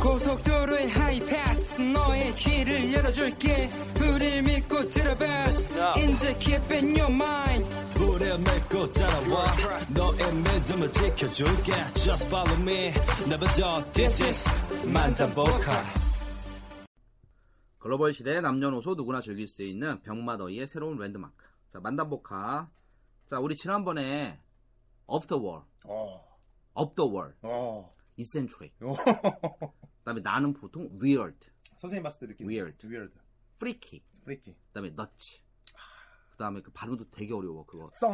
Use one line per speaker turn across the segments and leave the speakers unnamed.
고속도로의 하이패스 너의 귀를 열어줄게 우릴 믿고 들어봐 이제 keep in your mind
불에 맺고 따라와 너의 믿음을 지켜줄게 Just follow me Never doubt this is 만담보카
글로벌 시대 남녀노소 누구나 즐길 수 있는 병마더이의 새로운 랜드마크. 자, 만담복화. 자, 우리 지난번에 Of the World,
어.
Of the World,
어.
Eccentric. 그다음에 나는 보통 Weird,
선생님 봤을 때 느낌.
Weird.
Weird.
Freaky.
프리키.
그다음에 Nuts. 그다음에 그 발음도 되게 어려워 그거.
썽.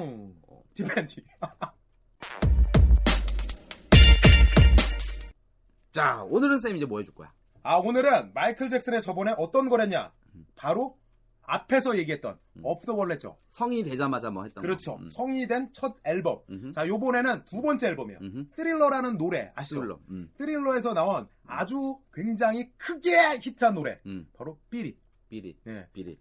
어, 디펜디.
자, 오늘은 쌤 이제 뭐 해줄 거야?
아, 오늘은 마이클 잭슨의 저번에 어떤 거랬냐? 바로 앞에서 얘기했던 Of the World죠.
성인이 되자마자 뭐 했던
그렇죠.
거. 음.
성인이 된 첫 앨범.
음흠.
자, 요번에는 두 번째 앨범이에요.
음흠.
트릴러라는 노래 아시죠?
스릴러. 음.
에서 나온 아주 굉장히 크게 히트한 노래.
음.
바로 삐리.
비릿.
예.
비릿.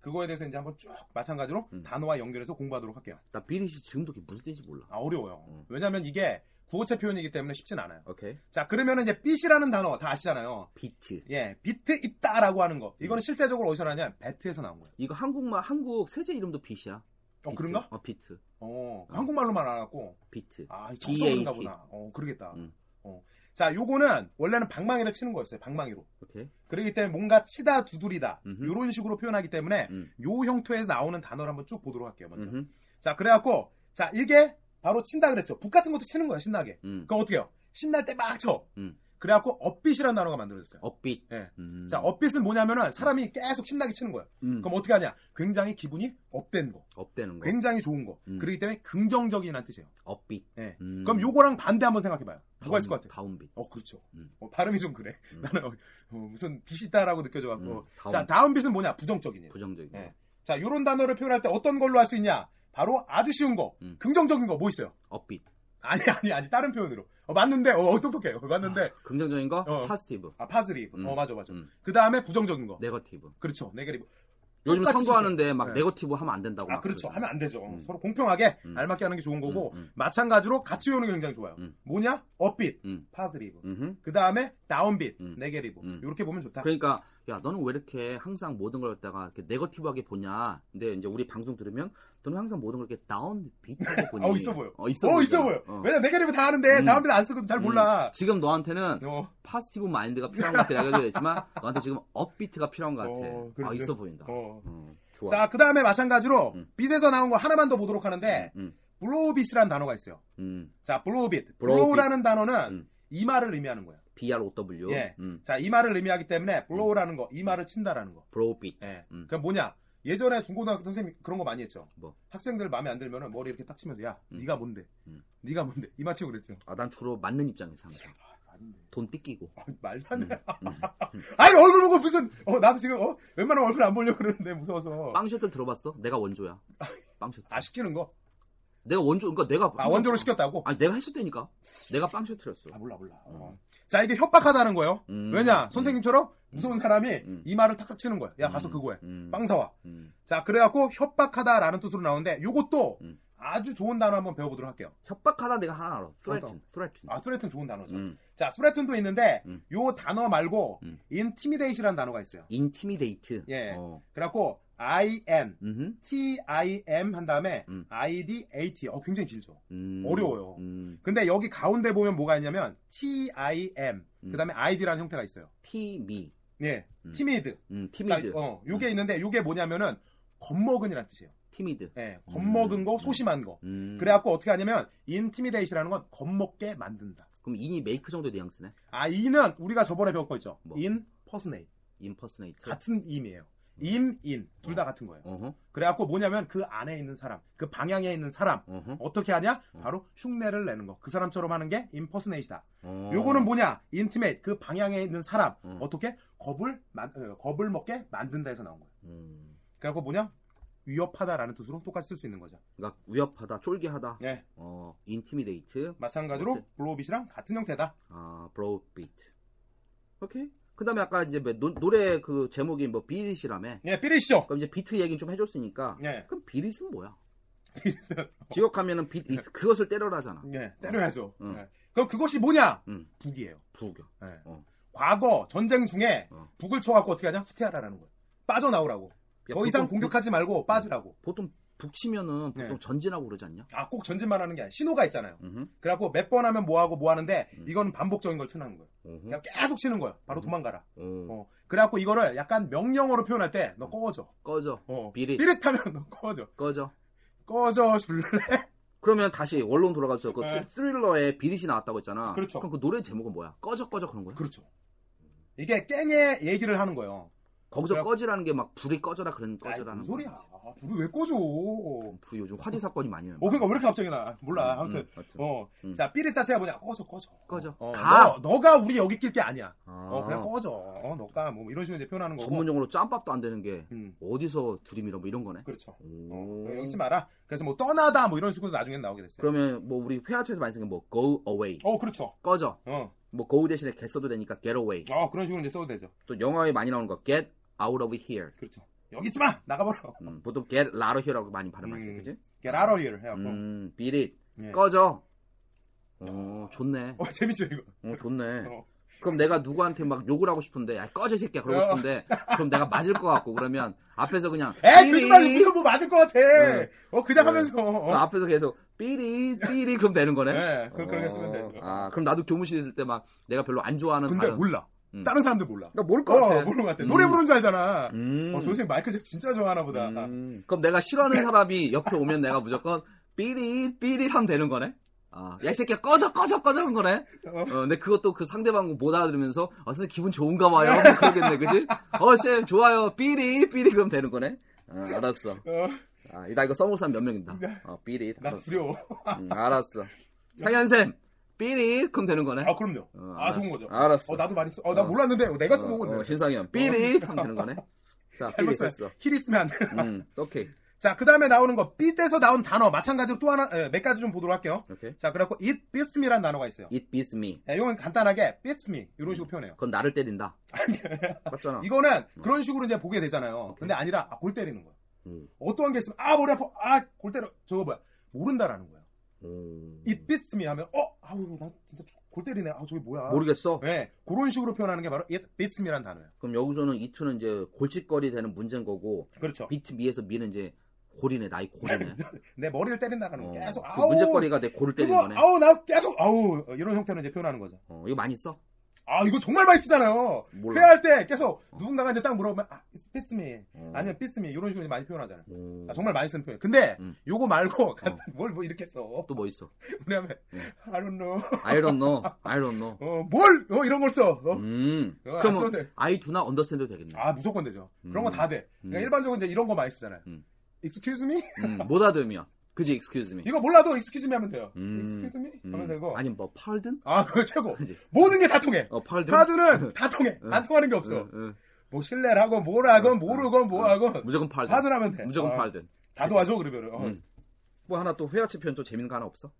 그거에 대해서 이제 한번 쭉 마찬가지로
음.
단어와 연결해서 공부하도록 할게요.
나 비릿이 지금도 그게 무슨 뜻인지 몰라.
아, 어려워요.
음.
왜냐면 이게 구어체 표현이기 때문에 쉽진 않아요.
오케이.
자, 그러면은 이제 삐시라는 단어 다 아시잖아요.
비트.
예, 비트 있다라고 하는 거.
음.
이거는 실제적으로 어디서 나냐? 배트에서 나온 거예요.
이거 한국말 한국 세제 이름도 빛이야. 비트.
어,
음.
그런가?
어, 비트.
어, 한국말로만 알았고.
비트.
아,
BAT.
적성인가 보다. 어, 그러겠다.
음.
어. 자, 요거는 원래는 방망이를 치는 거였어요. 방망이로.
오케이.
그렇기 때문에 뭔가 치다 두드리다.
음흠.
요런 식으로 표현하기 때문에
음.
요 형태에서 나오는 단어를 한번 쭉 보도록 할게요. 먼저.
음흠.
자, 그래갖고 자, 이게 바로 친다 그랬죠. 북 같은 것도 치는 거야, 신나게.
음.
그럼 어떻게 해요? 신날 때 막 쳐.
음.
그래갖고 업빛이라는 단어가 만들어졌어요.
업빛.
예.
음.
자, 업빛은 뭐냐면은 사람이 계속 신나게 치는 거야.
음.
그럼 어떻게 하냐? 굉장히 기분이 업된 거.
업되는 거.
굉장히 좋은 거.
음.
그렇기 때문에 긍정적이라는 뜻이에요.
업빛.
예.
음.
그럼 요거랑 반대 한번 생각해봐요. 누가
다운-
있을 것 같아요?
다운빛.
어, 그렇죠.
음.
어, 발음이 좀 그래. 나는 어, 어, 무슨 빛이 있다라고 느껴져갖고.
음, 다운.
어, 자, 다음 빛은 뭐냐? 부정적인 일.
부정적인
예.
거.
자, 요런 단어를 표현할 때 어떤 걸로 할 수 있냐? 바로 아주 쉬운 거.
음.
긍정적인 거 뭐 있어요?
업빛.
아니, 아니, 아니. 다른 표현으로. 어, 맞는데, 어, 똑똑해. 어, 맞는데.
아, 긍정적인 거.
어.
파스티브.
아, 파즈리브.
음.
어, 맞아, 맞아.
음.
그 다음에 부정적인 거.
네거티브.
그렇죠. 네게리브.
요즘
똑같이
선거하는데 막
네.
네거티브 하면 안 된다고.
아,
막
그렇죠.
그러잖아요.
하면 안 되죠.
음.
서로 공평하게
음.
알맞게 하는 게 좋은 거고,
음, 음.
마찬가지로 같이 외우는 게 굉장히 좋아요.
음.
뭐냐? 업빛,
음.
파스리브.
음흠.
그 다음에 다운빛,
음.
네게리브.
음.
이렇게 보면 좋다.
그러니까 야 너는 왜 이렇게 항상 모든 걸 갖다가 이렇게 네거티브하게 보냐? 근데 이제 우리 방송 들으면 너는 항상 모든 걸 이렇게 다운 비트하게 보니.
어, 있어 보여.
어 있어
어,
보여.
있어 보여. 왜냐면 네게리브 다 아는데,
음.
다운빛 안 쓰거든. 잘 몰라.
지금 너한테는
어,
파스티브 마인드가 필요한 것 같아라고 해도 되지만 너한테 지금 업비트가 필요한 것 같아.
어,
아
그렇지.
있어 보인다.
어.
음, 좋아.
자, 그 다음에 마찬가지로,
음.
빛에서 나온 거 하나만 더 보도록 하는데,
음,
블로우빗이라는 단어가 있어요.
음.
자, 블로우빗.
블로우빗.
블로우라는 단어는
음.
이마를 의미하는 거예요.
BROW.
예.
음.
자, 이마를 의미하기 때문에, 블로우라는 거, 이마를 친다라는 거.
브로우비트.
예.
음.
그럼 뭐냐? 예전에 중고등학교 선생님 그런 거 많이 했죠.
뭐?
학생들 마음에 안 들면은 머리 이렇게 딱 치면서 야,
음.
네가 뭔데?
음.
네가 뭔데? 이마 치고 그랬죠.
아, 난 주로 맞는 입장에서 항상. 돈 띠끼고.
아, 말도
음.
안 돼. 아니 얼굴 보고 무슨 어 나도 지금 어 웬만하면 얼굴 안 보려고 그러는데 무서워서.
빵 셔틀 들어봤어? 내가 원조야. 빵 셔틀.
아 시키는 거.
내가 원조, 그러니까 내가.
아 원조로 시켰다고?
아니, 내가 했을 때니까. 내가 빵 셔틀이었어.
아 몰라 몰라. 어. 자 이게 협박하다는 거예요.
음.
왜냐
음.
선생님처럼 무서운 사람이
음.
이마를 탁탁 치는 거야. 야 가서
음.
그거 해.
음.
빵 사와.
음.
자 그래갖고 협박하다라는 뜻으로 나오는데 요것도
음.
아주 좋은 단어 한번 배워보도록 할게요.
협박하다 내가 하나 알아. 스트레튼. 스트레튼.
아 스트레튼 좋은 단어죠.
음.
자, 스레튼도 있는데
음.
요 단어 말고
음.
intimidate이라는 단어가 있어요.
인티미데이트.
예.
어.
그래갖고 I N
음흠.
T I M 한 다음에
음.
I D A T. 어, 굉장히 길죠.
음.
어려워요.
음.
근데 여기 가운데 보면 뭐가 있냐면 T I M
음.
그다음에 I D라는 형태가 있어요.
티미.
예,
음.
timid.
음,
자,
티미드.
어, 요게 있는데 요게 뭐냐면은 겁먹은이라는 뜻이에요.
티미드.
예, 겁먹은 거, 소심한 거.
음.
그래갖고 어떻게 하냐면 intimidate이라는 건 겁먹게 만든다.
그럼 인이 메이크 정도 뉘앙스네.
아, 인은 우리가 저번에 배운 거 있죠.
뭐?
인, 퍼스네이.
임퍼스네이트.
같은 임이에요. 임, 인. 둘 다 같은 거예요.
어허.
그래갖고 뭐냐면 그 안에 있는 사람, 그 방향에 있는 사람.
어허.
어떻게 하냐?
어.
바로 흉내를 내는 거. 그 사람처럼 하는 게 임퍼스네이트다.
어.
요거는 뭐냐? 인티메이트. 그 방향에 있는 사람.
음.
어떻게? 겁을, 만, 어, 겁을 먹게 만든다 해서 나온 거예요.
음.
그래갖고 뭐냐? 위협하다라는 뜻으로 똑같이 쓸 수 있는 거죠.
그러니까 위협하다, 쫄깃하다.
네.
어, 인티미데이트.
마찬가지로
그렇지.
블로우빗이랑 같은 형태다.
아, 브로우 비트. 오케이. 그다음에 아까 이제 뭐 노, 노래 그 제목이 뭐 비릿이라며.
예, 삐리시죠.
그럼 이제 비트 얘기는 좀 해줬으니까.
예.
그럼 비릿은 뭐야?
삐리스.
지옥하면은 비 그것을 때려라잖아.
예, 때려야죠.
음.
예. 그럼 그것이 뭐냐?
음.
북이에요.
부교.
예.
어.
과거 전쟁 중에
어.
북을 쳐갖고 어떻게 하냐? 후퇴하라라는 거예요. 빠져나오라고. 더 이상
그
공격하지 말고 빠지라고.
보통 북치면은 보통
네.
전진하고 그러지 않냐?
아, 꼭 전진만 하는 게 아니라 신호가 있잖아요.
음흠.
그래갖고 몇 번 하면 뭐하고 뭐하는데
음.
이건 반복적인 걸 쳐나는 거예요.
어허.
그냥 계속 치는 거예요. 바로
음. 음.
도망가라.
어.
어. 그래갖고 이거를 약간 명령어로 표현할 때 너 꺼져.
꺼져.
어.
비릿.
삐릿하면 너 꺼져.
꺼져.
꺼져 줄래?
그러면 다시 원론 돌아가서 그
네.
스릴러에 비릿이 나왔다고 했잖아.
그렇죠.
그럼 그 노래 제목은 뭐야? 꺼져 꺼져 어, 그런 거야?
그렇죠. 이게 깽의 얘기를 하는 거예요.
거기서
그럼-
꺼지라는 게 막 불이 꺼져라 그런
아이,
꺼져라는
무슨 소리야.
거야.
아, 불을 왜 꺼져? 어,
불이 요즘 화재 사건이 많이 나.
그러니까 왜 이렇게 갑자기 나? 몰라. 아무튼 어,
음.
자, 삐릿 자체가 뭐냐? 꺼져, 꺼져.
꺼져.
어,
가!
너, 가 우리 여기 낄 게 아니야.
아.
어, 그냥 꺼져. 어, 너가 뭐 이런 식으로 이제 표현하는 거고.
전문용어로 짬밥도 안 되는 게
음,
어디서 드림이라 뭐 이런 거네.
그렇죠.
오.
어, 여기 있지 마라. 그래서 뭐 떠나다 뭐 이런 식으로 나중에 나오게 됐어요.
그러면 뭐 우리 회화책에서 많이 쓰는 게 뭐 go away
어, 그렇죠.
꺼져
어,
뭐 go 대신에 get 써도 되니까 get away
어, 그런 식으로 이제 써도 되죠.
또 영화에 많이 나오는 거 get out of here
그렇죠. 여기 있지 마! 나가버려.
음, 보통 get out of 해라고 많이 발음하지
음.
그치?
Get out of here. 해갖고.
음 beat it
예.
꺼져 어 좋네
어, 재밌죠, 이거.
어 좋네
어.
그럼 내가 누구한테 막 욕을 하고 싶은데 야 꺼져 이 새끼야 그러고
어.
싶은데 그럼 내가 맞을 것 같고 그러면 앞에서 그냥
에이,
beat
거짓말,
it.
이거 뭐 맞을 것 같아.
네.
어, 그냥
네.
하면서.
그
어.
앞에서 계속 삐리 삐리 그럼 되는 거네.
네, 그- 그렇게 쓰면 되죠.
아 그럼 나도 교무실 있을 때 막 내가 별로 안 좋아하는
근데
발음.
몰라.
음.
다른 사람들 몰라.
그러니까 모를 것 같아.
어, 모르는 것 같아. 노래
음.
부르는 줄 알잖아.
음.
어, 저 선생님 마이클 잭 진짜 좋아하나 보다. 아,
음. 그럼 내가 싫어하는 사람이 옆에 오면 내가 무조건 삐리 삐리 하면 되는 거네. 아, 야, 이 새끼야, 꺼져, 꺼져, 꺼져 한 거네? 어, 근데 그것도 그 상대방 못 알아들으면서, 아, 선생님 기분 좋은가 봐요. 뭐 그러겠네, 그지? 어, 쌤, 좋아요. 삐리, 삐리, 그럼 되는 거네? 아, 알았어.
어,
아, 나 이거 써먹을 사람 몇 명인다. 어, 삐리.
네. 나
알았어.
두려워.
음, 알았어. 상현쌤, 삐리, 그럼 되는 거네?
아 그럼요.
어,
아
알았어.
좋은 거죠.
알았어.
어 나도 많이 써. 어나
어.
몰랐는데 어, 내가 쓰는
어,
건데.
어, 신상현, 삐릿 하면 되는 거네? 자,
잘못
삐릿
써요.
했어.
힐 있으면 안 돼.
음, 오케이.
자, 그 다음에 나오는 거, 삐에서 나온 단어, 마찬가지로 또 하나, 에, 몇 가지 좀 보도록 할게요.
오케이.
자, 그래갖고, it beats me라는 단어가 있어요.
It beats me.
예, 이건 간단하게, beats me, 이런
음.
식으로 표현해요.
그건 나를 때린다. 맞잖아.
이거는 그런 식으로 이제 보게 되잖아요. 근데 아니라, 아, 골 때리는 거예요.
음.
어떠한 게 있으면, 아, 머리 아파, 아, 골 때려, 저거 뭐야. 모른다라는 거예요.
음.
it beats me 하면, 어, 아우, 나 진짜 골 때리네. 아, 저게 뭐야.
모르겠어.
네, 그런 식으로 표현하는 게 바로 it beats me라는 단어예요.
그럼 여기서는 이투는 이제 골칫거리 되는 문제인 거고
그렇죠.
비트 미에서 미는 이제 골이네 나의 골이네.
내 머리를 때린다라는
어,
거 계속,
그
아우,
문제거리가 내 골을 때린
그거
거네.
아우 나 계속 아우 이런 형태로 이제 표현하는 거죠.
어, 이거 많이 써?
아 이거 정말 많이 쓰잖아요.
몰라.
회화할 때 계속 누군가가 이제 딱 물어보면 아 it's me
어.
아니면 it's me 이런 식으로 이제 많이 표현하잖아요.
어.
아, 정말 많이 쓰는 표현. 근데
음.
요거 말고 뭘 뭐 이렇게 써.
또 뭐 있어?
왜냐면
음.
I don't know
I don't know. I don't know.
어뭘 어, 이런 걸 써. 어?
음.
이거 안 써도
그럼
돼.
I do not understand 되겠네.
아 무조건 되죠. 그런 거 다 돼. 그러니까
음.
일반적으로 이제 이런 거 많이 쓰잖아요.
음.
Excuse me?
음, 못알아들면 그지 excuse me.
이거 몰라도 excuse me 하면 돼요.
음.
excuse me
음.
하면 되고.
아니 뭐 pardon?
아 그거 최고.
그지.
모든 게 다 통해.
어 pardon.
파드는 다 통해.
음.
안 통하는 게 없어.
응, 응.
뭐 신뢰하고 뭐라건 모르건 뭐하건
음. 무조건 pardon.
파드하면 돼.
무조건
어,
pardon.
다 도와줘 그러면. 어.
음. 뭐 하나 또 회화체 표현 또 재밌는 거 하나 없어?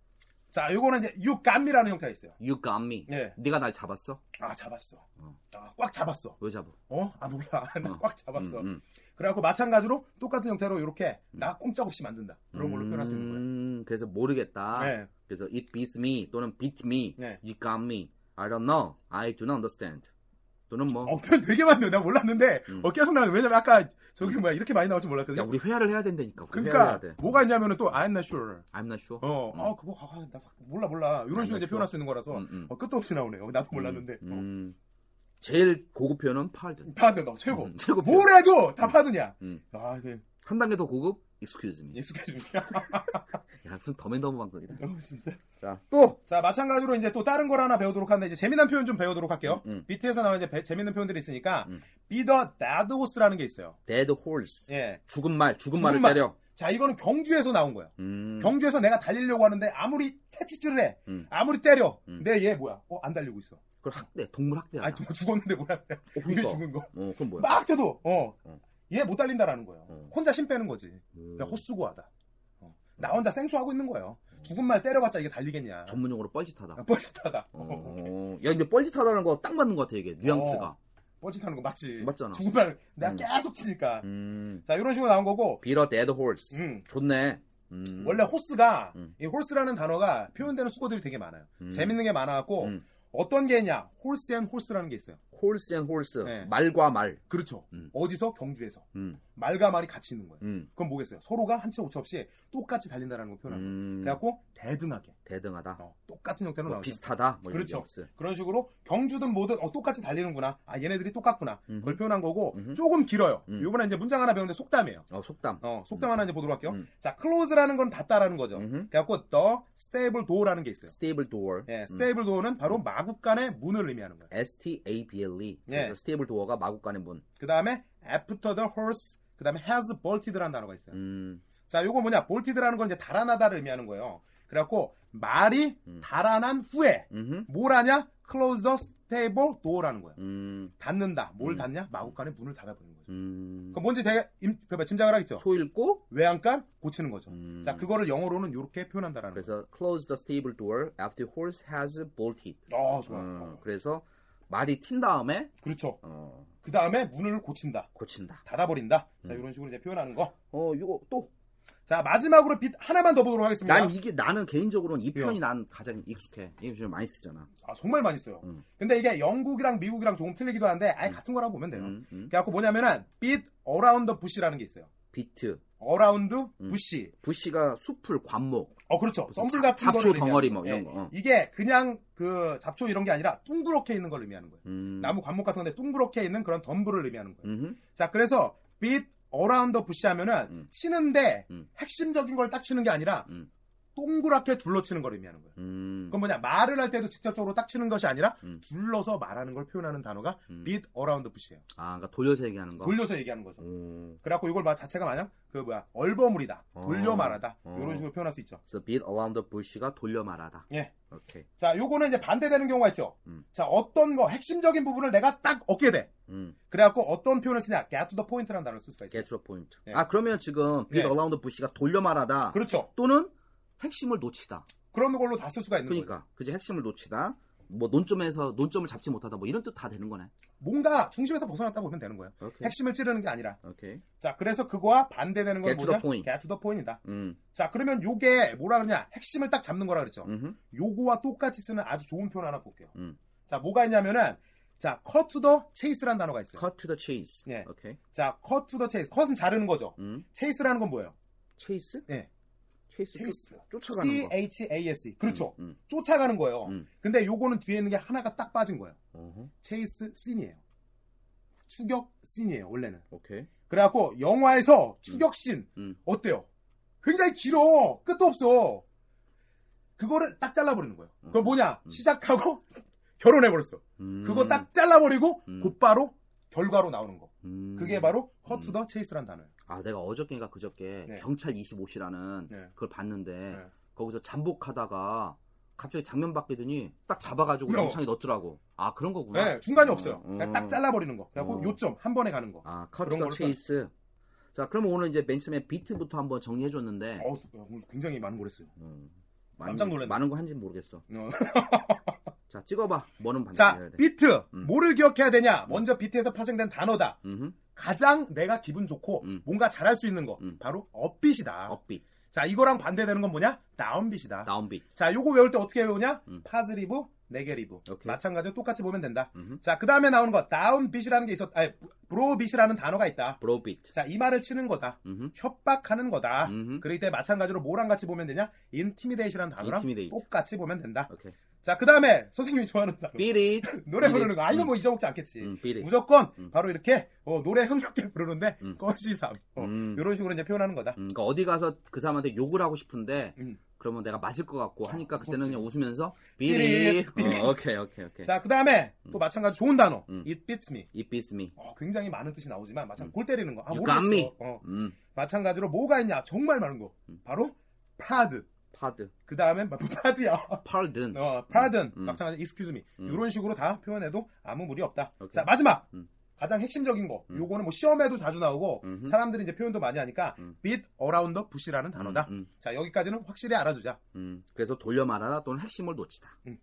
자, 요거는 이제 유감미라는 형태가 있어요.
You got me.
예.
네가 날 잡았어?
아 잡았어.
어.
아, 꽉 잡았어.
왜 잡아?
어? 아 몰라.
어.
나꽉 잡았어.
음, 음.
그래갖고 마찬가지로 똑같은 형태로 이렇게 나 꼼짝없이 만든다. 그런 걸로 표현할 수 있는 거예요.
음, 그래서 모르겠다.
네.
그래서 it beats me 또는 beat me,
네.
you got me, I don't know, I do not understand 또는 뭐
어, 표현 되게 많네요. 나 몰랐는데
음.
어, 계속 나와요. 왜냐면 아까 저기 뭐야 이렇게 많이 나올 줄
야,
몰랐거든요.
우리 회화를 해야 된다니까. 우리
그러니까
회화를 해야 돼.
뭐가 있냐면은 또 I'm not sure.
I'm not sure.
어,
음.
아 그거 아, 나 몰라 몰라 이런
I'm
식으로
not
이제 표현할 수 있는 거라서
음, 음.
어, 끝도 없이 나오네요. 나도 몰랐는데.
음,
어.
음. 제일 고급 표현은 pardon.
파드 너 최고.
음, 최고.
뭘 해도 다 파드냐.
음.
아, 네.
한 단계 더 고급 익스큐즈
예.
미.
익숙해집니다.
야, 무슨 더맨더머 방송이다.
어, 또! 자, 마찬가지로 이제 또 다른 걸 하나 배우도록 하는데, 이제 재미난 표현 좀 배우도록 할게요.
음, 음.
비트에서 나오는 이제 배- 재밌는 표현들이 있으니까,
음.
be the dead horse라는 게 있어요.
데드 홀스.
예.
죽은 말, 죽은,
죽은
말을
말.
때려.
자, 이거는 경주에서 나온 거예요.
음.
경주에서 내가 달리려고 하는데, 아무리 채찍질을 해.
음.
아무리 때려.
음.
근데 얘 뭐야? 어, 안 달리고 있어.
그걸 학대, 동물 학대야.
아니, 또 죽었는데 뭐야?
어,
이게
그러니까.
죽은 거.
어, 그럼 뭐야?
막 쳐도, 어.
어.
얘 못 달린다라는 거예요.
어.
혼자 힘 빼는 거지.
음.
그냥 헛수고하다. 어. 나 혼자 생쇼하고 있는 거예요. 죽은 말 때려봤자 이게 달리겠냐.
전문용어로 뻘짓하다.
아, 뻘짓하다.
어. 야, 근데 뻘짓하다는 거 딱 맞는 것 같아, 이게. 뉘앙스가.
어. 뻘짓하는 거 맞지.
맞잖아.
죽은 말 내가
음.
계속 치니까.
음.
자, 이런 식으로 나온 거고.
빌어 데드 홀스.
음.
좋네. 음.
원래 호스가
음.
이 홀스라는 단어가 표현되는 수거들이 되게 많아요.
음.
재밌는 게 많아갖고
음.
어떤 게냐? 홀스 앤 홀스라는 게 있어요.
홀스 앤 홀스.
네.
말과 말.
그렇죠.
음.
어디서 경주에서
음.
말과 말이 같이 있는 거예요.
음.
그건 뭐겠어요? 서로가 한치 오차 없이 똑같이 달린다라는 걸 표현하는 거예요.
음.
그래갖고 대등하게
대등하다.
어, 똑같은 형태로
뭐
나오죠.
비슷하다. 뭐 이런
그렇죠.
뉘앙스.
그런 식으로 경주든 뭐든 어, 똑같이 달리는구나. 아 얘네들이 똑같구나.
음흠.
그걸 표현한 거고
음흠.
조금 길어요.
음.
요번에 이제 문장 하나 배우는데 속담이에요.
어, 속담.
어, 속담 하나 이제 보도록 할게요.
음.
자, close라는 건 닫다라는 거죠.
음흠.
그래갖고 the stable door라는 게 있어요.
스테이블 도어.
예, stable door는 바로
음.
마국간의 문을 의미하는 거예요.
S-T-A-B-L-E.
예.
E. 그래서 스테이블 도어가 마국간의 문.
그 다음에 after the horse, 그 다음에 has bolted라는 단어가 있어요.
음.
자, 요거 뭐냐? bolted라는 건 이제 달아나다를 의미하는 거예요. 그래갖고 말이
음.
달아난 후에
음흠.
뭘 하냐? close the stable door라는 거예요.
음.
닫는다. 뭘
음.
닫냐? 마국간의 문을 닫아버리는 거죠.
음.
그 뭔지 제가 임, 그 뭐야, 짐작을 하겠죠?
소
어.
읽고.
외양간 고치는 거죠.
음.
자, 그거를 영어로는 이렇게 표현한다라는 거예요.
그래서 close the stable door after horse has bolted.
아, 좋아.
어,
요
그래서 말이 튄 다음에
그렇죠.
어,
그 다음에 문을 고친다.
고친다.
닫아버린다. 자,
음.
이런 식으로 이제 표현하는 거.
어, 이거 또.
자, 마지막으로 빛 하나만 더 보도록 하겠습니다.
난 이게 나는 개인적으로는 이 편이 난 가장 익숙해. 이거 좀 많이 쓰잖아.
아, 정말 많이 써요.
음.
근데 이게 영국이랑 미국이랑 조금 틀리기도 한데 아예 같은 거라고 보면 돼요.
음, 음.
그래갖고 뭐냐면은 빛 어라운드 부시라는 게 있어요.
비트.
어라운드
음.
부시.
부시가 숲을 관목.
어, 그렇죠.
무슨
썸불
잡-
같은
잡초
거를
덩어리
의미하는
뭐 이런
예.
거, 어.
이게 그냥 그 잡초 이런 게 아니라 둥그렇게 있는 걸 의미하는 거예요.
음.
나무 관목 같은 건데 둥그렇게 있는 그런 덤불을 의미하는 거예요.
음흠.
자, 그래서 빛 어라운더 부시 하면은
음.
치는데
음.
핵심적인 걸 딱 치는 게 아니라
음.
동그랗게 둘러치는 걸 의미하는 거예요.
음.
그건 뭐냐 말을 할 때도 직접적으로 딱 치는 것이 아니라
음.
둘러서 말하는 걸 표현하는 단어가
음.
빛 어라운더 부시예요.
아, 그러니까 돌려서 얘기하는 거.
돌려서 얘기하는 거죠.
음.
그래갖고 이걸 막 자체가 마냥 그 뭐야 얼버무리다 돌려
어.
말하다
어.
이런 식으로 표현할 수 있죠.
그래서 beat around the bush가 돌려 말하다.
예.
오케이.
자, 요거는 이제 반대되는 경우가 있죠.
음.
자, 어떤 거 핵심적인 부분을 내가 딱 얻게 돼.
음.
그래갖고 어떤 표현을 쓰냐? get to the point라는 단어를 쓸 수가 있어요.
get to the point.
예.
아, 그러면 지금 beat
예.
around the bush가 돌려 말하다.
그렇죠.
또는 핵심을 놓치다.
그런 걸로 다 쓸 수가 있는 거예요.
그러니까 그지 핵심을 놓치다. 뭐 논점에서 논점을 잡지 못하다. 뭐 이런 뜻 다 되는 거네.
뭔가 중심에서 벗어났다 보면 되는 거예요.
오케이.
핵심을 찌르는 게 아니라.
오케이.
자, 그래서 그거와 반대되는 건
Get to
뭐냐?
the point.
get to the point이다.
음.
자, 그러면 요게 뭐라 그러냐? 핵심을 딱 잡는 거라 그랬죠.
음.
요거와 똑같이 쓰는 아주 좋은 표현 하나 볼게요.
음.
자, 뭐가 있냐면은 자, cut to the chase라는 단어가 있어요.
Cut to the chase.
예.
오케이.
자, cut to the chase. cut은 자르는 거죠.
음.
chase라는 건 뭐예요?
체이스?
예.
체이스.
chase.
그 쫓아가는
C
거.
H A S E. 그렇죠.
음,
쫓아가는 거예요.
음.
근데 요거는 뒤에 있는 게 하나가 딱 빠진 거예요.
음. 어허.
체이스 씬이에요. 추격 씬이에요, 원래는.
오케이.
그래갖고 영화에서 추격 씬
음.
어때요? 굉장히 길어. 끝도 없어. 그거를 딱 잘라버리는 거예요. 그건
음.
뭐냐?
음.
시작하고 결혼해버렸어.
음.
그거 딱 잘라버리고
음.
곧바로 결과로 나오는 거.
음.
그게 바로 커투더 체이스란 단어예요.
아 내가 어저께인가 그저께
네.
경찰 25시라는
네.
그걸 봤는데
네.
거기서 잠복하다가 갑자기 장면 바뀌더니 딱 잡아가지고
어.
영창에 넣더라고. 아 그런 거구나.
네, 중간이 없어요.
어,
그냥
어.
딱 잘라버리는 거. 그래갖고
어.
요점 한 번에 가는 거.
아,
그런
커트와
걸로
체이스. 자, 그럼 오늘 이제 맨 처음에 비트부터 한번 정리해줬는데.
어우, 오늘 굉장히 많은 걸 했어요.
음,
깜짝 놀랐네.
많은 거 한지 모르겠어.
어.
자, 찍어봐. 뭐는 반드시
자,
해야 돼.
비트.
음.
뭐를 기억해야 되냐? 먼저 비트에서 파생된 단어다.
음흠.
가장 내가 기분 좋고
음.
뭔가 잘할 수 있는 거.
음.
바로 업빗이다.
업빛,
자, 이거랑 반대되는 건 뭐냐? 다운빗이다.
다운빛.
자, 요거 외울 때 어떻게 외우냐?
음.
파즈리브 4개 리브.
오케이.
마찬가지로 똑같이 보면 된다.
음흠.
자, 그 다음에 나오는 거, 다운빗이라는 게 있었, 아니, 브로빗이라는 단어가 있다.
브로비트.
자, 이 말을 치는 거다.
음흠.
협박하는 거다.
음흠.
그럴 때 마찬가지로 뭐랑 같이 보면 되냐? 인티미데이션이라는 단어랑
Intimidate.
똑같이 보면 된다.
오케이.
자, 그 다음에 선생님이 좋아하는 단어.
삐릿.
노래
삐릿.
부르는 거. 아, 이거 뭐 잊어먹지 않겠지.
음, 삐릿.
그 무조건
음.
바로 이렇게 어, 노래 흥겹게 부르는데
음.
꺼시삼.
음.
이런 식으로 이제 표현하는 거다.
음, 그러니까 어디 가서 그 사람한테 욕을 하고 싶은데
음. 아,
그러면 내가 맞을 것 같고 하니까 그때는
그렇지.
그냥 웃으면서
삐릿,
삐릿.
삐릿.
어, 오케이 오케이 오케이.
자, 그 다음에 또 마찬가지 좋은 단어.
음.
It beats me.
It beats me.
어, 굉장히 많은 뜻이 나오지만 마찬가지 골 때리는 거. 아,
You got
모르겠어.
me.
어.
음.
마찬가지로 뭐가 있냐? 정말 많은 거. 바로 파드.
파드.
그 다음에 파드야.
펄든.
어, pardon,
음.
마찬가지 excuse me.
음.
이런 식으로 다 표현해도 아무 무리 없다.
오케이.
자, 마지막.
음.
가장 핵심적인 거.
음.
요거는 뭐 시험에도 자주 나오고
음흠.
사람들이 이제 표현도 많이 하니까
음.
beat around the bush라는 단어다.
음, 음,
자, 여기까지는 확실히 알아주자.
음. 그래서 돌려 말하다 또는 핵심을 놓치다.
음.